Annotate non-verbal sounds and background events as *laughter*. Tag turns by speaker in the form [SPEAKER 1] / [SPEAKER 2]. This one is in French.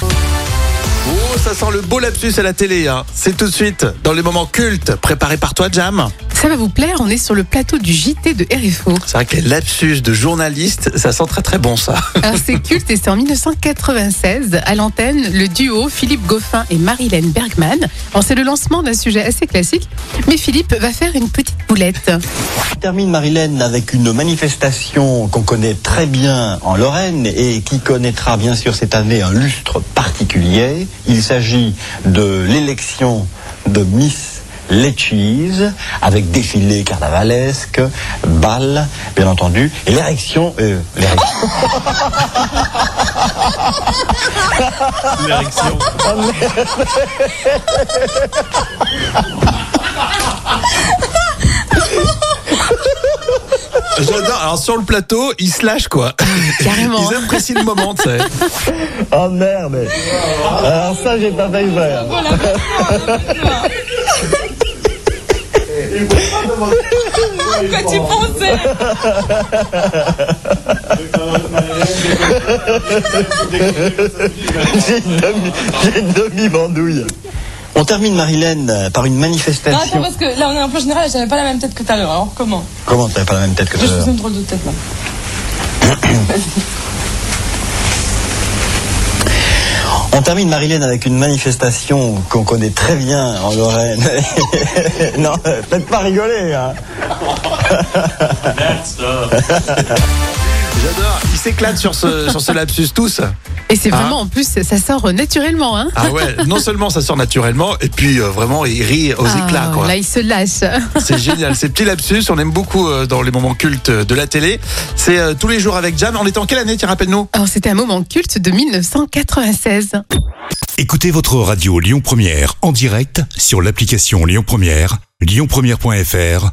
[SPEAKER 1] Oh, ça sent le beau lapsus à la télé. Hein. C'est tout de suite dans les moments cultes préparés par toi, Jam.
[SPEAKER 2] Ça va vous plaire, on est sur le plateau du JT de RFO.
[SPEAKER 1] C'est vrai que les lapsus de journaliste, ça sent très très bon ça.
[SPEAKER 2] Alors c'est culte et c'est en 1996. À l'antenne, le duo Philippe Goffin et Marilyn Bergman. Alors c'est le lancement d'un sujet assez classique, mais Philippe va faire une petite boulette.
[SPEAKER 3] termine Marilène avec une manifestation qu'on connaît très bien en Lorraine et qui connaîtra bien sûr cette année un lustre particulier. Il s'agit de l'élection de Miss Letchies avec défilé carnavalesque, bal, bien entendu, et l'érection. euh, l'érection.
[SPEAKER 1] *laughs* J'adore. Alors sur le plateau, ils se lâchent quoi.
[SPEAKER 2] *laughs* Carrément.
[SPEAKER 1] Ils apprécient le moment, tu sais.
[SPEAKER 3] Oh merde Alors ça, j'ai pas hein. failli faire. *laughs* J'ai une demi- j'ai une demi-bandouille. On termine Marilène par une
[SPEAKER 4] Non, attends,
[SPEAKER 3] manifestation.
[SPEAKER 4] parce que là, on est un peu général, j'avais pas la même tête que tout à l'heure, alors comment
[SPEAKER 3] Comment t'avais pas la même tête que
[SPEAKER 4] Je
[SPEAKER 3] tout à l'heure
[SPEAKER 4] faisais une drôle de tête, là.
[SPEAKER 3] On termine Marilène avec une manifestation qu'on connaît très bien en Lorraine. *laughs* non, peut-être pas rigoler. Hein.
[SPEAKER 1] J'adore. Ils s'éclatent sur ce, sur ce lapsus tous.
[SPEAKER 2] Et c'est vraiment, en plus, ça sort naturellement. Hein
[SPEAKER 1] Ah ouais, non seulement ça sort naturellement, et puis euh, vraiment ils rient aux éclats
[SPEAKER 2] Ah,
[SPEAKER 1] quoi.
[SPEAKER 2] Là, il se lâche.
[SPEAKER 1] C'est génial. Ces petits lapsus, on aime beaucoup euh, dans les moments cultes de la télé. C'est euh, tous les jours avec Jam. On est en quelle année, tiens, rappelle-nous
[SPEAKER 2] Alors c'était un moment culte de 1996.
[SPEAKER 5] Écoutez votre radio Lyon Première en direct sur l'application Lyon Première, lyonpremière.fr